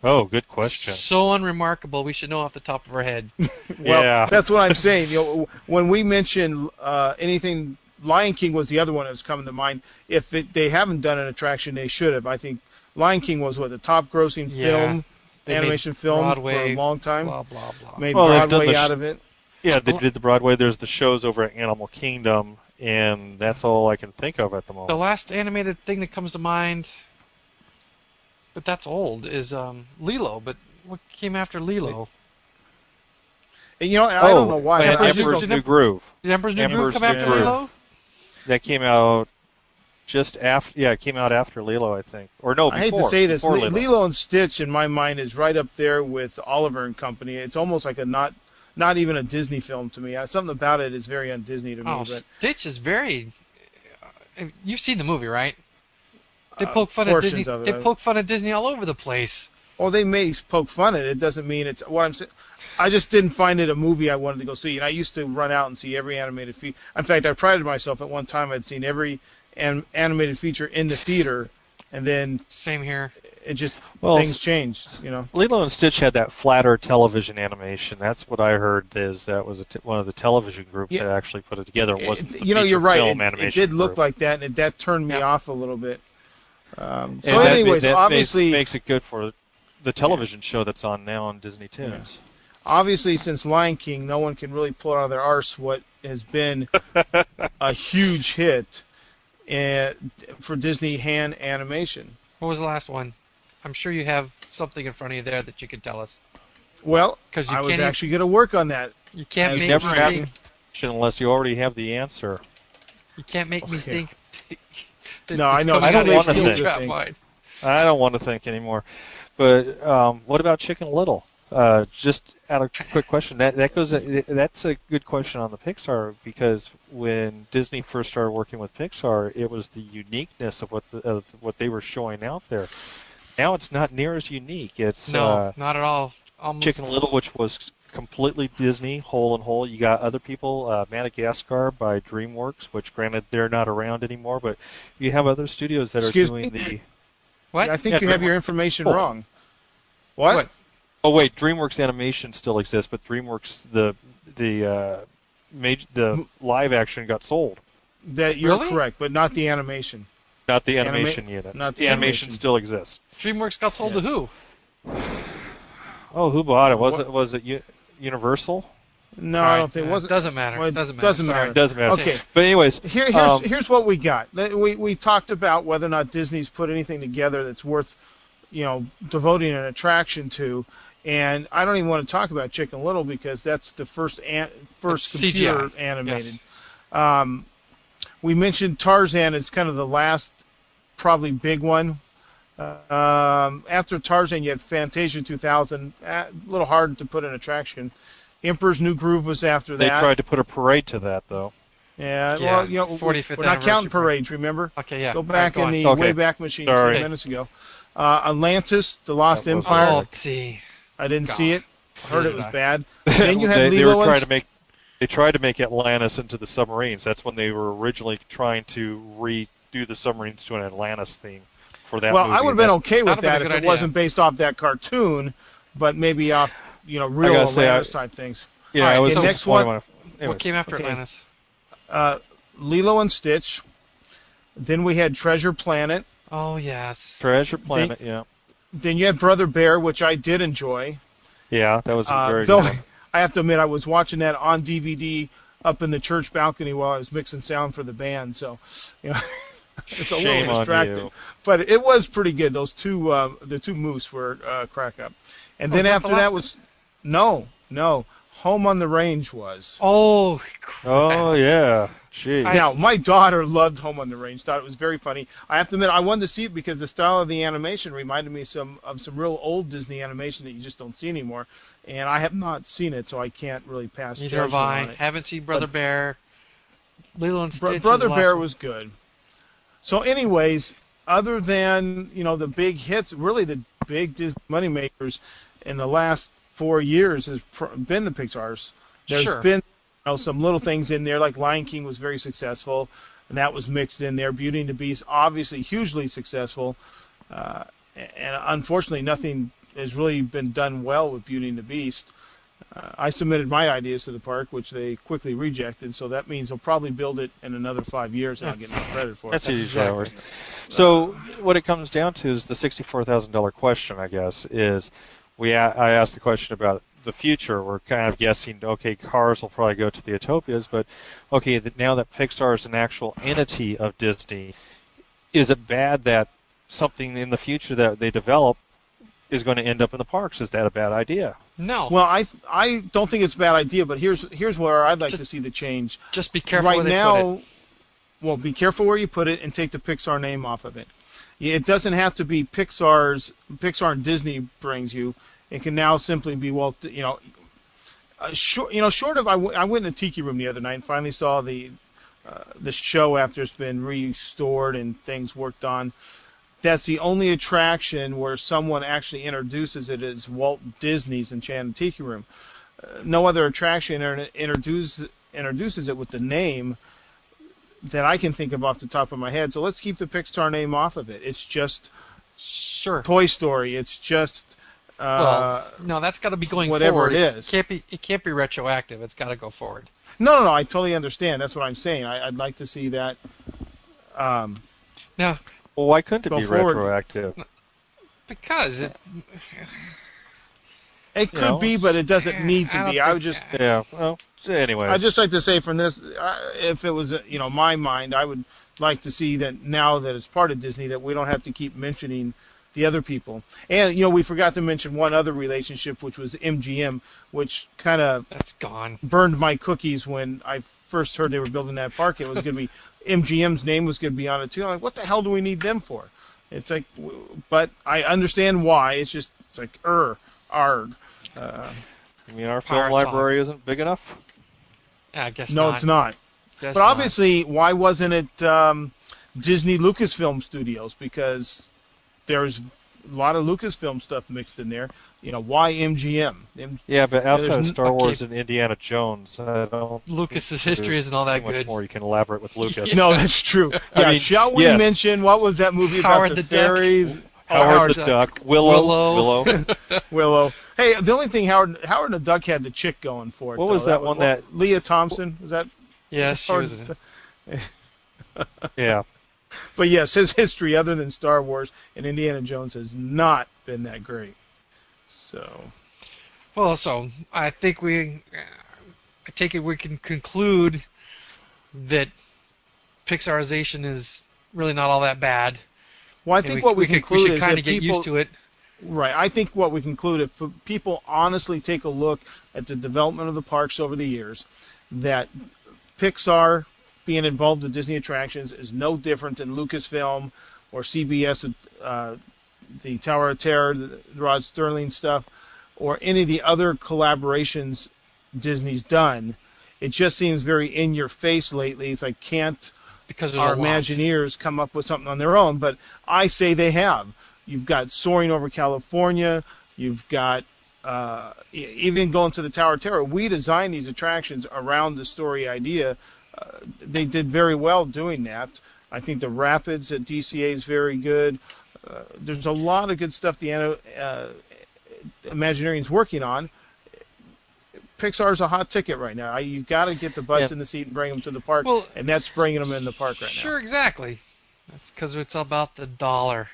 C: Oh, good question.
A: So unremarkable. We should know off the top of our head.
B: Well,
C: yeah.
B: that's what I'm saying. You know, when we mention uh, anything, Lion King was the other one that was coming to mind. If it, they haven't done an attraction, they should have. I think Lion King was what the top grossing
A: Yeah.
B: film,
A: They made
B: animation film for
A: Broadway,
B: a long time.
A: Blah blah blah.
B: Made
C: Well, they've done
B: Broadway
C: the sh-
B: out of it.
C: Yeah, they did the Broadway. There's the shows over at Animal Kingdom, and that's all I can think of at the
A: The
C: moment.
A: last animated thing that comes to mind, but that's old, is um, Lilo. But what came after Lilo?
B: And, you know, I
C: Oh,
B: don't know why.
A: but
B: I
A: it
B: just
A: was
B: don't
C: Emperor's New Groove.
A: Did Emperor's New Groove
C: Emperor's
A: come
C: New
A: after
B: Groove.
A: Lilo?
C: That came out just after. Yeah, it came out after Lilo, I think. Or no,
B: I hate to
C: before-
B: say this.
C: before
B: Li-
C: Lilo.
B: Lilo and Stitch, in my mind, is right up there with Oliver and Company. It's almost like a not, not even a Disney film to me. Uh, Something about it is very un-Disney to me.
A: Oh,
B: but
A: Stitch is very. uh, You've seen the movie, right? They
B: Uh,
A: poke fun at
B: portions
A: Disney.
B: of it,
A: they
B: I-
A: poke fun at Disney all over the place.
B: oh, they may poke fun at it. It doesn't mean it's what I'm saying. I just didn't find it a movie I wanted to go see, and I used to run out and see every animated feature. In fact, I prided myself at one time I'd seen every an- animated feature in the theater, and then
A: Same here.
B: it just
C: Well,
B: things changed. You know,
C: Lilo and Stitch had that flatter television animation. That's what I heard. Is that was a t- one of the television groups
B: Yeah.
C: that actually put it together. It wasn't
B: It-
C: the
B: you know, you're
C: feature
B: right.
C: Film
B: It- It,
C: animation
B: did look
C: group.
B: like that, and it- that turned me
A: Yeah.
B: off a little bit. Um,
C: And
B: so,
C: that ma-
B: anyways,
C: that ma-
B: obviously,
C: makes it good for the television show that's on now on Disney Tunes.
B: obviously, since Lion King, no one can really pull out of their arse what has been a huge hit uh, for Disney hand animation.
A: What was the last one? I'm sure you have something in front of you there that you could tell us.
B: Well,
A: 'Cause you
B: I was
A: can't e-
B: actually going to work on that.
A: You can't
B: I've
A: make
C: Never
A: me
C: ask
A: think.
C: question unless you already have the answer.
A: You can't make me
B: Okay.
A: think. that
B: No, I
A: it's
B: know.
A: coming
C: I don't
A: out of
C: wanna
A: Steel
C: think.
A: Trap
B: Think.
A: Mine.
C: I don't want to think anymore. But um, what about Chicken Little? Uh, just out of quick question, that that goes. That's a good question on the Pixar because when Disney first started working with Pixar, it was the uniqueness of what the, of what they were showing out there. Now it's not near as unique. It's
A: No,
C: uh,
A: not at all. Almost
C: Chicken Little, which was completely Disney, whole and whole. You got other people, uh, Madagascar by DreamWorks, which granted they're not around anymore, but you have other studios that
B: Excuse
C: are
B: me?
C: doing the.
A: What?
B: I think
C: Yeah,
B: you have
C: DreamWorks.
B: your information
C: Cool.
B: wrong. What?
A: What?
C: Oh wait, DreamWorks Animation still exists, but DreamWorks the the uh, maj- the live action got sold,
B: That you're
A: Really?
B: correct, but not the animation.
C: not the
B: Anima-
C: animation unit.
B: not
C: the
B: the
C: animation
B: animation.
C: still exists.
A: DreamWorks got sold to who?
C: Oh, who bought it? Was
B: What-
C: it was it U- Universal?
B: No,
A: All
B: I
A: right,
B: don't think
A: uh,
B: it wasn't.
A: Doesn't matter.
B: well, it
A: doesn't matter.
B: doesn't
A: Sorry.
B: matter.
C: It doesn't matter.
B: Okay.
C: but anyways,
B: Here, here's
C: um,
B: here's what we got. That- We we talked about whether or not Disney's put anything together that's worth, you know, devoting an attraction to, and I don't even want to talk about Chicken Little because that's the first an, first
A: It's CGI,
B: computer animated. Um, we mentioned Tarzan as kind of the last, probably big one. Um, after Tarzan, you had Fantasia 2000. A little hard to put an attraction. Emperor's New Groove was after
C: they
B: that.
C: tried to put a parade to that though.
B: Yeah,
A: Yeah,
B: well, you know, we-
A: 45th
B: we're not counting
A: anniversary
B: parades, remember?
A: Okay, yeah.
B: Go back in
A: Alright,
B: the
A: go
C: on. Okay.
B: way back machine
C: Sorry.
B: ten minutes ago. Uh, Atlantis, The Lost
C: That was-
A: on.
B: Empire.
A: Oh, see.
B: I didn't see it. Heard
A: Neither
B: it was
A: did I.
B: bad. Then you
C: they,
B: had
C: they
B: Lilo
C: were
B: and
C: trying to make they tried to make Atlantis into the submarines. That's when they were originally trying to redo the submarines to an Atlantis theme for that.
B: Well,
C: movie.
B: I would have been
C: That-
B: okay with
A: That'd have
B: that
A: been a
B: if
A: good
B: it
A: idea.
B: wasn't based off that cartoon, but maybe off you know real
C: gotta say, I-
B: Atlantis type things.
C: Yeah,
A: All right,
C: I was
A: so
B: next one-
C: disappointed when I- anyways.
A: What came after
B: okay.
A: Atlantis?
B: Lilo and Stitch. Then we had Treasure Planet.
A: Oh yes.
C: Treasure Planet, yeah.
B: then you had Brother Bear, which I did enjoy.
C: Yeah, that was a
B: Uh,
C: very
B: though
C: good. one.
B: I have to admit, I was watching that on DVD up in the church balcony while I was mixing sound for the band. So, you know, it's a
C: Shame
B: little
C: on
B: distracting,
C: you.
B: but it was pretty good. Those two, uh, the two moose were uh, crack up, and
A: Oh,
B: then
A: is that
B: after
A: the
B: that
A: last
B: was no, no, Home on the Range was.
A: Oh, crap.
C: Oh yeah, gee.
B: Now, my daughter loved Home on the Range. Thought it was very funny. I have to admit, I wanted to see it because the style of the animation reminded me some of some real old Disney animation that you just don't see anymore. And I have not seen it, so I can't really pass
A: neither
B: judgment
A: have I.
B: on it.
A: Haven't seen Brother Bear. Little and
B: Bro-
A: Stitch. is
B: Brother
A: the last
B: Bear
A: one.
B: was good. So, anyways, other than you know the big hits, really the big Disney moneymakers in the last four years has pr- been the Pixar's. There's
A: Sure.
B: been you know, some little things in there, like Lion King was very successful, and that was mixed in there. Beauty and the Beast, obviously hugely successful, uh, and unfortunately, nothing has really been done well with Beauty and the Beast. Uh, I submitted my ideas to the park, which they quickly rejected. So that means they'll probably build it in another five years, and I'll get no credit for it.
C: That's easy flowers. So what it comes down to is the sixty-four thousand dollar question, I guess, is we a- I asked the question about the future. We're kind of guessing, okay, Cars will probably go to the Utopias, but okay, that now that Pixar is an actual entity of Disney, is it bad that something in the future that they develop is going to end up in the parks? Is that a bad idea?
A: No.
B: Well, I I don't think it's a bad idea, but here's here's where I'd like
A: Just-
B: to see the change.
A: just be careful
B: right
A: where they
B: now,
A: put it.
B: well, be careful where you put it, and take the Pixar name off of it. Yeah, It doesn't have to be Pixar's Pixar and Disney brings you. It can now simply be Walt. You know, uh, short. You know, short of I, w- I went in the Tiki Room the other night and finally saw the uh, the show after it's been restored and things worked on. That's the only attraction where someone actually introduces it as Walt Disney's Enchanted Tiki Room. Uh, no other attraction inter- introduces introduces it with the name that I can think of off the top of my head. So let's keep the Pixar name off of it. It's just
A: Sure.
B: Toy Story. It's just uh,
A: well, no, that's got to be going
B: whatever
A: forward.
B: it is.
A: It can't be. It can't be retroactive. It's got to go forward.
B: no, no, no. I totally understand. That's what I'm saying. I, I'd like to see that. Um,
A: Now,
C: Well, why couldn't it
B: Go
C: be
B: forward.
C: retroactive?
A: because it,
B: it could
C: know,
B: be, but it doesn't need
A: I
B: to
A: don't
B: be. I would
A: think-
B: just
C: Yeah. Well, anyway.
B: I just like to say from this, I- if it was uh, you know my mind, I would like to see that now that it's part of Disney, that we don't have to keep mentioning the other people. And you know we forgot to mention one other relationship, which was MGM, which kind of
A: that's gone.
B: burned my cookies when I first heard they were building that park. It was going to be MGM's name was going to be on it too. I'm like, what the hell do we need them for? It's like, w- but I understand why. It's just it's like er, arg.
C: I mean, our film
A: Pirate
C: library isn't big enough.
A: I guess
B: no,
A: not.
B: it's not.
A: That's
B: but
A: not.
B: obviously, why wasn't it um, Disney Lucasfilm Studios? Because there's a lot of Lucasfilm stuff mixed in there. You know, why MGM? M-
C: Yeah, but outside
B: there's
C: of
B: n-
C: Star
A: okay.
C: Wars and Indiana Jones, I don't.
A: Lucas's
C: think
A: history
C: there's
A: isn't all that
C: too much
A: good.
C: more you can elaborate with Lucas.
B: No, that's true.
C: I
B: Yeah,
C: mean,
B: shall we
C: yes.
B: mention what was that movie about
A: Howard
B: the,
A: the Duck.
B: fairies? Oh,
C: Howard,
A: Howard
C: the
A: Duck.
C: Duck, Willow,
A: Willow.
B: Willow. Hey, the only thing Howard Howard and the Duck had the chick going for it.
C: What
B: though.
C: was that one that-
B: Leah Thompson was that?
A: Yes, she
B: Howard
A: was.
B: the-
C: yeah,
B: But yes, his history other than Star Wars and Indiana Jones has not been that great. So
A: Well, so I think we, uh, I take it we can conclude that Pixarization is really not all that bad.
B: well, I
A: And
B: think what we,
A: could-
B: conclude
A: should
B: is
A: kinda
B: that
A: get
B: people
A: used to it.
B: Right. I think what we conclude if p- people honestly take a look at the development of the parks over the years, that Pixar being involved with Disney attractions is no different than Lucasfilm or CBS with uh, the Tower of Terror, the Rod Sterling stuff, or any of the other collaborations Disney's done. It just seems very in your face lately. It's like can't
A: because there's
B: our
A: a lot.
B: Imagineers come up with something on their own, but I say they have. You've got soaring over California. You've got uh, e- even going to the Tower of Terror. We designed these attractions around the story idea. Uh, they did very well doing that. I think the Rapids at DCA is very good. Uh, there's a lot of good stuff the ano- uh, Imagineering's working on. Pixar's a hot ticket right now. I- You've got to get the butts
C: Yeah.
B: in the seat and bring them to the park,
A: Well-
B: and that's bringing them in the park right now.
A: Sure, exactly. That's because it's about the dollar.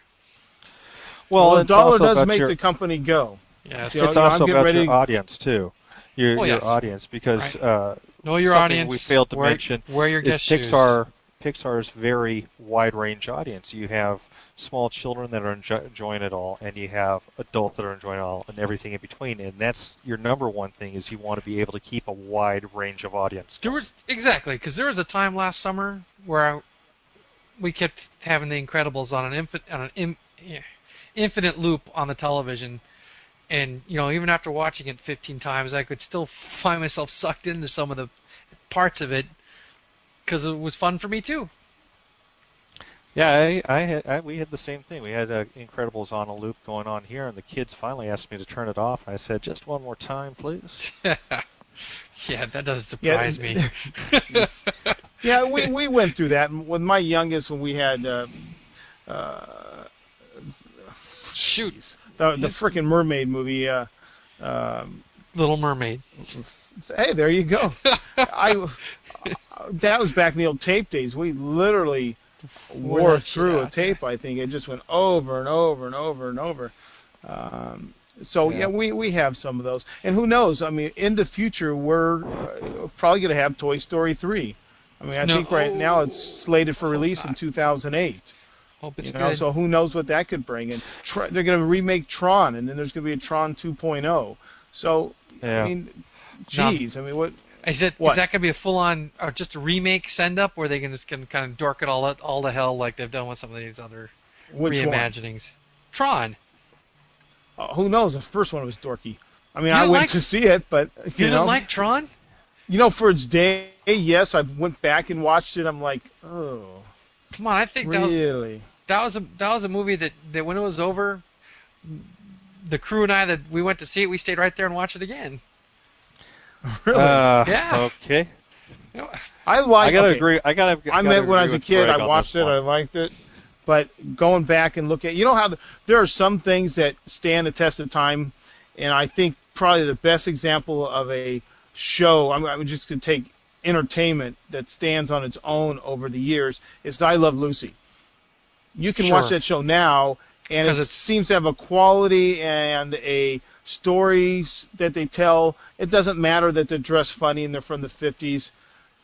B: Well,
C: Well,
B: the
C: it's
B: dollar
C: also
B: does
C: about
B: make
C: your,
B: the company go.
A: Yes.
B: Yeah.
C: it's
B: I'm
C: also
B: getting
C: about
B: ready-
C: your audience too. Your,
A: Oh,
C: your
A: yes.
C: audience because
A: Right.
C: uh,
A: Know your
C: something
A: audience.
C: we failed to
A: wear,
C: mention
A: Wear your
C: is
A: guest shoes.
C: Pixar Pixar's very wide range audience. You have small children that are enjo- enjoying it all, and you have adults that are enjoying it all, and everything in between. And that's your number one thing is you want to be able to keep a wide range of audience.
A: There was exactly because there was a time last summer where I, we kept having The Incredibles on an infin, on an in, yeah, infinite loop on the television, and you know even after watching it 15 times, I could still find myself sucked into some of the parts of it because it was fun for me too.
C: Yeah, I, I had I, we had the same thing. We had uh, Incredibles on a loop going on here, and the kids finally asked me to turn it off. I said, "Just one more time, please."
A: Yeah, that doesn't
B: Yeah,
A: surprise me.
B: Yeah, we, we went through that with my youngest when we had uh,
A: Shoot,
B: the, the freaking mermaid movie. Uh,
A: Little Mermaid.
B: hey, there you go. I that was back in the old tape days. We literally
A: Wore
B: wore
A: that shit
B: through a
A: out,
B: tape. I think it just went over and over and over and over. Um, so yeah. we we have some of those, and who knows? I mean, in the future, we're uh, probably going to have Toy Story three. I mean, I
A: No. Oh,
B: think right now it's slated for release in 2008.
A: Hope it's
B: You know,
A: good.
B: so who knows what that could bring? And tr- they're going to remake Tron, and then there's going to be a Tron 2.0. So,
C: Yeah.
B: I mean, geez, I mean, what?
A: Is it is
B: What?
A: that gonna be a full on or just a remake send up, or are they gonna just gonna kind of dork it all up, all to hell like they've done with some of these other
B: Which
A: reimaginings? Tron.
B: one? Uh, who knows? The first one was dorky. I mean, I
A: didn't
B: went
A: like-
B: to see it, but
A: You,
B: you
A: didn't
B: know,
A: like Tron?
B: you know, for its day, yes, I went back and watched it. I'm like, oh,
A: Come on, I think that was
B: really?
A: that was a that was a movie that, that when it was over, the crew and I that we went to see it, we stayed right there and watched it again.
C: Uh,
A: Yeah.
C: Okay.
A: You know,
B: I like.
C: I gotta
B: okay,
C: agree. I gotta.
B: I
C: gotta
B: met when I was
C: agree
B: a kid.
C: with Greg on
B: I
C: this
B: watched it.
C: one.
B: I liked it. But going back and look at, you know how the, there are some things that stand the test of time, and I think probably the best example of a show. I'm, I'm just going to take entertainment that stands on its own over the years is I Love Lucy. You can watch
A: Sure.
B: that show now, and it
A: 'Cause it's-
B: seems to have a quality and a story s- that they tell. It doesn't matter that they're dressed funny and they're from the 50s.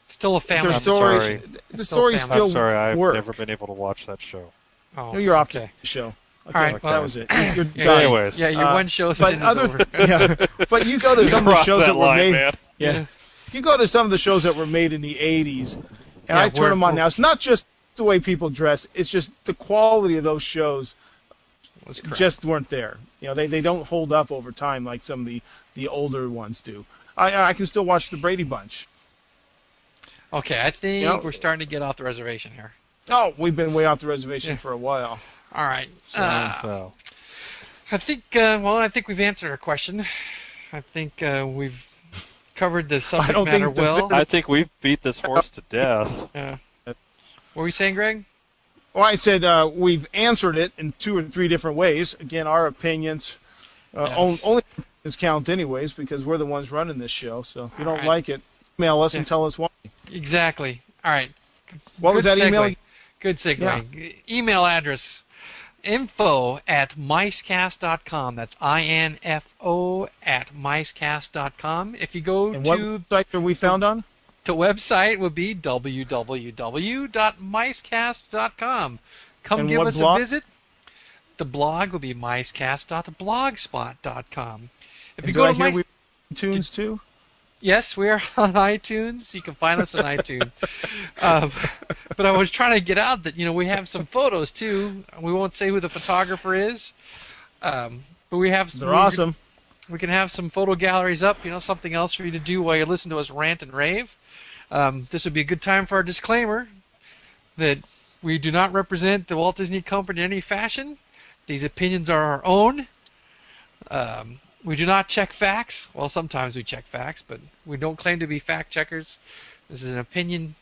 A: it's still a family.
B: Their
C: I'm
B: stories,
C: sorry.
B: th- the
A: It's still
B: stories
A: family.
B: still
C: I'm sorry. I've
B: work.
C: never been able to watch that show.
A: Oh,
B: No, you're off
A: okay.
B: the show. Okay,
A: right,
B: look,
A: well-
B: that was it. You're
A: Yeah,
B: done.
C: Anyways.
A: yeah, your
B: Uh,
A: one show
B: but
A: sentence
B: other,
A: over.
B: yeah, but you go to some of the
C: Cross
B: shows that,
C: that
B: were
C: line,
B: made.
C: man.
B: Yeah, you go to some of the shows that were made in the '80s, and
A: Yeah,
B: I turn
A: we're-
B: them on
A: we're-
B: now. It's not just the way people dress; it's just the quality of those shows
A: was crap.
B: just weren't there. You know, they, they don't hold up over time like some of the the older ones do. I I can still watch the Brady Bunch.
A: okay, I think
B: you know-
A: we're starting to get off the reservation here.
B: Oh, we've been way off the reservation for a while.
A: All right.
C: So,
A: Uh,
C: so.
A: I think uh, well, I think we've answered our question. I think uh, we've covered the subject
B: don't
A: matter
B: think the-
A: well.
C: I think we've beat this horse to death.
A: Uh, what were you saying, Greg?
B: Well, I said uh, we've answered it in two or three different ways. Again, our opinions, uh,
A: Yes.
B: on- only opinions count anyways because we're the ones running this show. So if you don't
A: All right.
B: like it, email us and
A: Yeah.
B: tell us why.
A: Exactly. All right.
B: What was
A: Good
B: that email?
A: segue. Good segue. E- Email address info at micecast.com. That's I N F O at micecast.com. If you go
B: And what
A: to
B: site are we found on?
A: the website, would be www.micecast.com. Come
B: And
A: give
B: what
A: us
B: blog?
A: a visit. The blog will be micecast.blogspot.com. If
B: And
A: you
B: do
A: go
B: I
A: to
B: hear
A: mice-
B: we tunes too?
A: Yes, we are on iTunes. You can find us on iTunes. Um, but I was trying to get out that you know we have some photos too. We won't say who the photographer is, um, but we have.
B: They're awesome.
A: We can have some photo galleries up. You know, something else for you to do while you listen to us rant and rave. Um, this would be a good time for our disclaimer that we do not represent the Walt Disney Company in any fashion. These opinions are our own. Um, we do not check facts. Well, sometimes we check facts, but we don't claim to be fact checkers. This is an opinion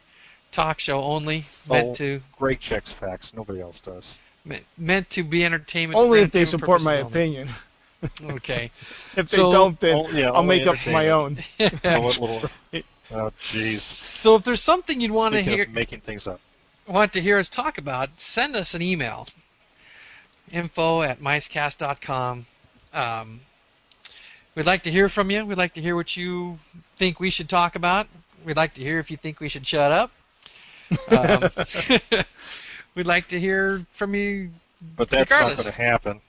A: talk show only, meant
C: Oh.
A: to
C: Greg checks facts. Nobody else does.
A: meant, meant to be entertainment.
B: Only if they
A: entertainment
B: support my
A: purposes
B: opinion.
A: only. Okay.
B: If they
A: So-
B: don't, then
C: Oh, yeah,
B: I'll
C: only
B: make up my
C: entertainment.
B: own.
C: oh, what little- oh, jeez.
A: So if there's something you'd want to
C: Speaking
A: hear,
C: of making things up.
A: want to hear us talk about, send us an email. info at micecast.com. Um, we'd like to hear from you. We'd like to hear what you think we should talk about. We'd like to hear if you think we should shut up. Um, we'd like to hear from you.
C: But that's not
A: Regardless.
C: going to happen.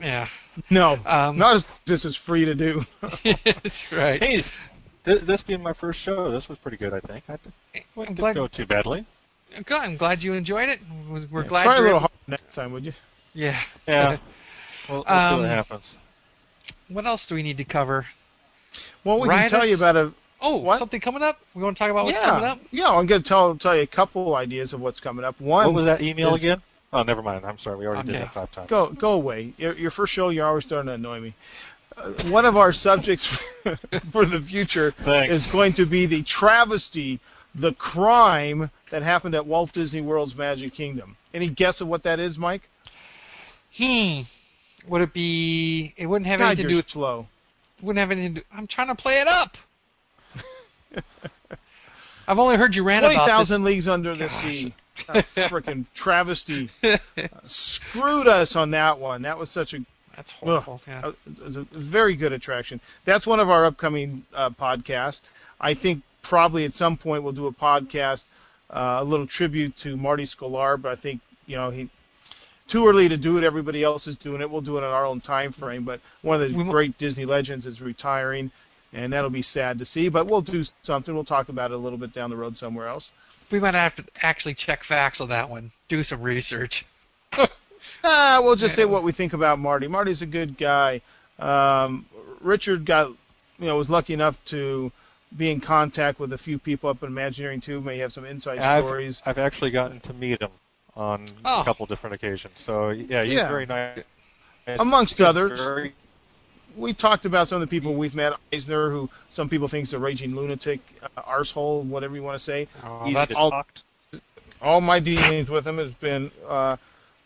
A: Yeah,
B: No,
A: Um,
B: not as this is free to do.
A: that's right.
C: Hey, th- this being my first show, this was pretty good, I think. I did-
A: I'm
C: didn't
A: glad,
C: go too badly.
A: good, I'm glad you enjoyed it. We're- We're glad
B: Try a
A: you're
B: little
A: able-
B: harder next time, would you?
A: Yeah.
C: Yeah. We'll, we'll see
A: Um,
C: what happens.
A: What else do we need to cover?
B: Well, we
A: Riotous?
B: can tell you about a
A: Oh,
B: What?
A: something coming up? We want to talk about what's
B: yeah,
A: coming up?
B: yeah. I'm going to tell tell you a couple ideas of what's coming up. One,
C: What was that email
B: is-
C: again? Oh, never mind. I'm sorry. We already did
A: Okay.
C: that five times.
B: go go away. Your, your first show, you're always starting to annoy me. Uh, one of our subjects for the future
C: Thanks.
B: is going to be the travesty, the crime that happened at Walt Disney World's Magic Kingdom. Any guess of what that is, Mike?
A: Hmm. Would it be? It wouldn't have
B: God,
A: anything to
B: you're
A: do. With,
B: slow.
A: wouldn't have anything to. do... I'm trying to play it up. I've only heard you rant
B: Twenty
A: about this.
B: thousand leagues under the sea. A freaking travesty. Screwed us on that one. That was such a
A: That's horrible.
B: Ugh.
A: Yeah.
B: Uh, It's a very good attraction. That's one of our upcoming uh, podcasts. I think probably at some point we'll do a podcast, uh, a little tribute to Marty Sklar, but I think, you know, he too early to do it. Everybody else is doing it. We'll do it in our own time frame. But one of the
A: We mo-
B: great Disney legends is retiring, and that'll be sad to see. But we'll do something. We'll talk about it a little bit down the road somewhere else.
A: We might have to actually check facts on that one. Do some research.
B: Nah, Ah, we'll just say what we think about Marty. Marty's a good guy. Um, Richard got, you know, was lucky enough to be in contact with a few people up in Imagineering too. May have some inside
C: I've,
B: stories.
C: I've actually gotten to meet him on
A: Oh.
C: a couple different occasions. So, yeah, he's
B: Yeah.
C: very nice.
B: Amongst
C: He's
B: others.
C: very-
B: We talked about some of the people we've met. Eisner, who some people think is a raging lunatic, uh, arsehole, whatever you want to say.
A: Oh,
C: easy
A: that's
C: to talk to.
B: all my dealings with him has been uh,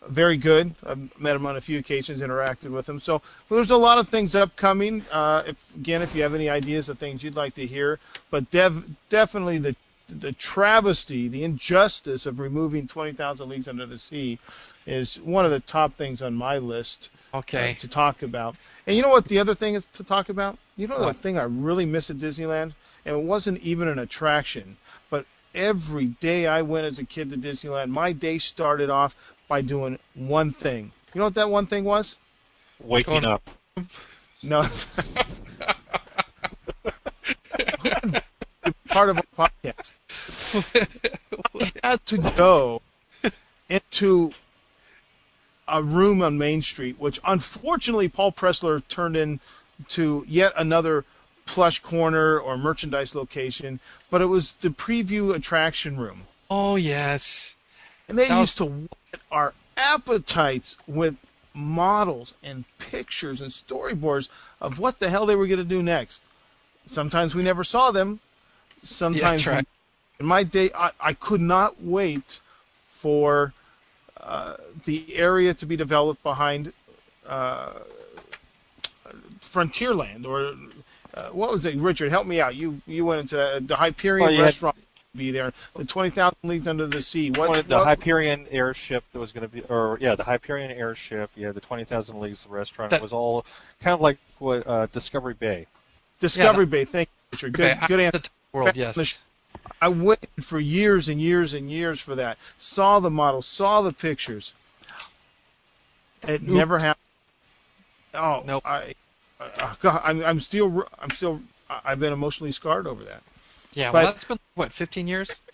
B: very good. I've met him on a few occasions, interacted with him. So there's a lot of things upcoming. Uh, if again, if you have any ideas of things you'd like to hear, but dev- definitely the the travesty, the injustice of removing Twenty Thousand Leagues Under the Sea, is one of the top things on my list uh,
A: okay.
B: to talk about. And you know what? The other thing is to talk about. You know the
A: What?
B: thing I really miss at Disneyland, and it wasn't even an attraction, but every day I went as a kid to Disneyland, my day started off by doing one thing. You know what that one thing was?
C: Waking
A: Going-
C: up.
B: No. part of our podcast. I had to go into a room on Main Street, which unfortunately Paul Pressler turned into yet another plush corner or merchandise location, but it was the preview attraction room.
A: Oh yes.
B: And they
A: That was-
B: used to whet our appetites with models and pictures and storyboards of what the hell they were going to do next. Sometimes we never saw them. Sometimes,
A: right.
B: we, in my day, I, I could not wait for uh, the area to be developed behind uh, Frontierland or. Uh, what was it, Richard? Help me out. You you went into the Hyperion
C: Well, you had-
B: restaurant to be there. The Twenty Thousand Leagues Under the Sea. What,
C: wanted the
B: what-
C: Hyperion airship that was going to be, or yeah, the Hyperion airship. Yeah, the Twenty Thousand Leagues restaurant.
A: That-
C: it was all kind of like what uh, Discovery Bay.
B: Discovery Bay. Thank you, Richard. Good,
A: Okay,
B: good
A: I-
B: answer.
A: the world. Yes.
B: I waited for years and years and years for that. Saw the model, saw the pictures. It never happened. Oh
A: Nope.
B: I, uh, God, I'm, I'm still, I'm still, I- I've been emotionally scarred over that.
A: Yeah.
B: but-
A: well, that's been what 15 years.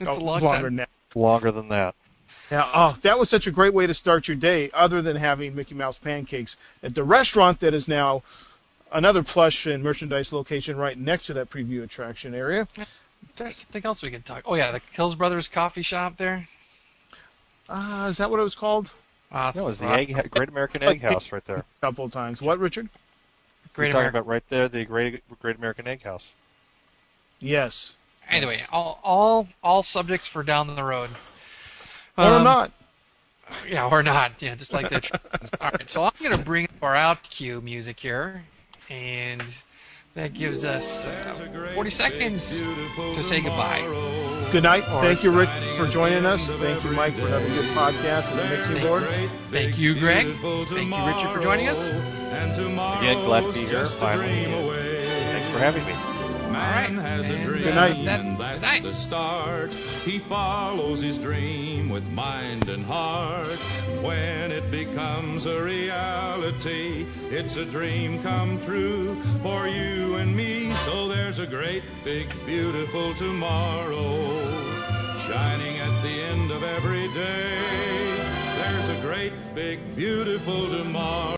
A: It's
B: Oh,
A: a long
B: longer
A: time.
B: than that.
C: Longer than that.
B: Yeah. Oh, that was such a great way to start your day, other than having Mickey Mouse pancakes at the restaurant that is now another plush and merchandise location right next to that preview attraction area.
A: There's something else we can talk. Oh yeah, the Kills Brothers coffee shop there.
B: Uh, is that what it was called?
A: Ah,
C: No, it was the
A: fuck.
C: egg, Great American Egg House right there.
B: couple of times. What, Richard?
A: Great
C: You're talking
A: American.
C: about right there, the Great Great American Egg House.
B: Yes.
A: Anyway, all all all subjects for down the road.
B: or
A: Um,
B: not.
A: Yeah, or not. Yeah, just like the. all right, so I'm going to bring up our out cue music here, and That gives us uh, 40 seconds to say goodbye.
B: Good night. Thank you, Rick, for joining us. Thank you, Mike, for having a good podcast and the mixing board.
A: Thank you, Greg. Thank you, Richard, for joining us.
C: Again, glad to be here. Finally. Thanks for having me.
A: Man
D: has a dream,
B: Good night.
D: and that's the start. He follows his dream with mind and heart. When it becomes a reality, it's a dream come true for you and me. So there's a great, big, beautiful tomorrow shining at the end of every day. There's a great, big, beautiful tomorrow.